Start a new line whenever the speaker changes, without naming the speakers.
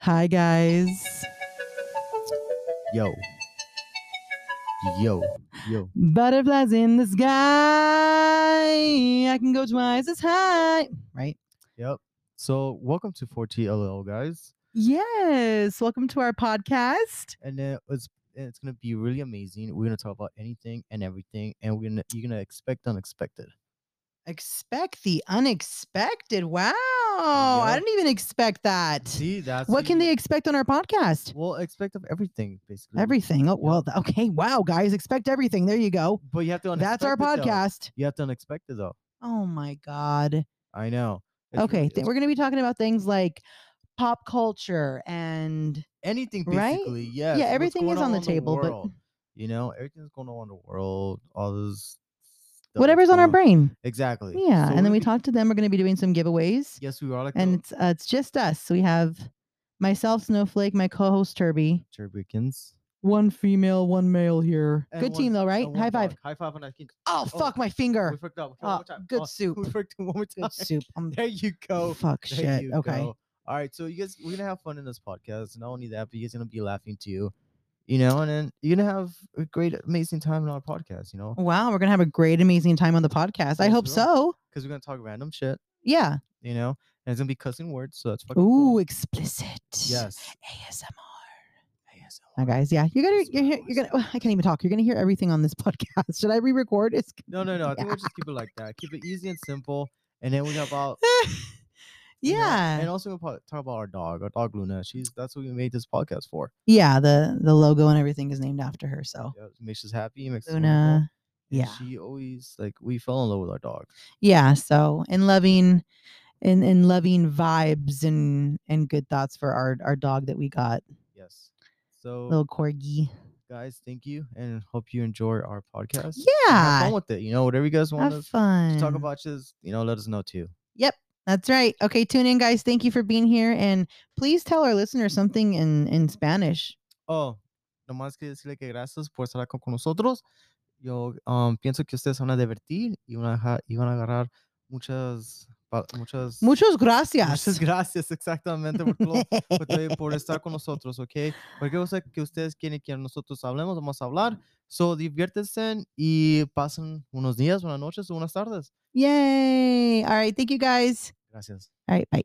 Hi, guys.
Yo. Yo. Yo.
Butterflies in the sky. I can go twice as high. Right?
Yep. So welcome to 4TLL, guys.
Yes. Welcome to our podcast.
And uh, it's it's gonna be really amazing. We're gonna talk about anything and everything, and we're gonna you're gonna expect unexpected.
Expect the unexpected. Wow. I
Yep.
didn't even expect that.
See, that's
What can they expect on our podcast?
Well, expect of everything, basically.
Everything. Oh, well, th- okay. Wow, guys. Expect everything. There you go.
But you have to.
That's our
unexpect it, though.
podcast.
You have to unexpect it though.
Oh, my God.
I know. It's really-
Okay.
it's
Th- we're going to be talking about things like pop culture and
anything
Right?
basically. Yes,
Yeah,
what's
everything
going
is on the
in
table, but-
world, you know, everything's going on in the world, all those stuff
whatever's on our
going
brain.
Exactly.
Yeah.
So
and
we're
then we
gonna be-
talk to them. We're going to be doing some giveaways.
Yes, we are like
and
and
it's uh, it's just us. So we have myself, Snowflake, my co-host Turby.
Jerbikins.
One female, one male here.
And
good
one-
team though, right?
and one
High five.
dog. High five on that kid.
Oh,
Oh,
fuck my
We
finger.
fucked up. Okay,
Uh,
one more time.
good
Oh, We
soup.
fucked up one more time.
Good soup. I'm
There you go.
fuck
There
shit.
you
Okay.
go. All right, so you guys, we're gonna have fun in this podcast. Not only that, but you guys gonna be laughing too, you know, and then you're gonna have a great, amazing time in our podcast, you know,
Wow, we're gonna have a great, amazing time on the podcast. I
Yes,
hope
we will.
so.
because we're gonna talk random shit,
Yeah.
you know, and it's gonna be cussing words, so that's fucking
Ooh,
cool.
explicit.
Yes.
ASMR. Now,
ASMR.
guys, yeah, you're gonna,
Yes,
you're,
we
hear-
always
you're gonna. I can't even talk. You're gonna hear everything on this podcast. Should I re-record? It's
No, no, no. I think we'll just keep it like that. Keep it easy and simple, and then we have about you know,
yeah,
and also we'll po- talk about our dog, our dog Luna. She's that's what we made this podcast for.
yeah. The the logo and everything is named after her. So
Yeah, it makes us happy. It makes us wonderful.
Luna.
And
Yeah.
She always like we fell in love with our dog.
yeah so and loving and and loving vibes and and good thoughts for our our dog that we got
Yes. So
little corgi
guys, thank you, and hope you enjoy our podcast. and have
yeah
fun with it. You know, whatever you guys want
have
us
fun
to talk about, just you know, let us know too.
that's right okay tune in guys thank you for being here and please tell our listeners something in in spanish
Oh, nomás que decirle que gracias por estar acá con nosotros. Yo um, pienso que ustedes se van a divertir y van a, ja- y van a agarrar muchas, pa- muchas,
muchos gracias
muchas gracias exactamente por, todo- por, todo- pues, por estar con nosotros, ¿ok? Cualquier cosa que ustedes quieren que nosotros hablemos, vamos a hablar. So, diviértense y pasen unos días, buenas noches o buenas tardes.
yay all right thank you guys
Gracias.
all right bye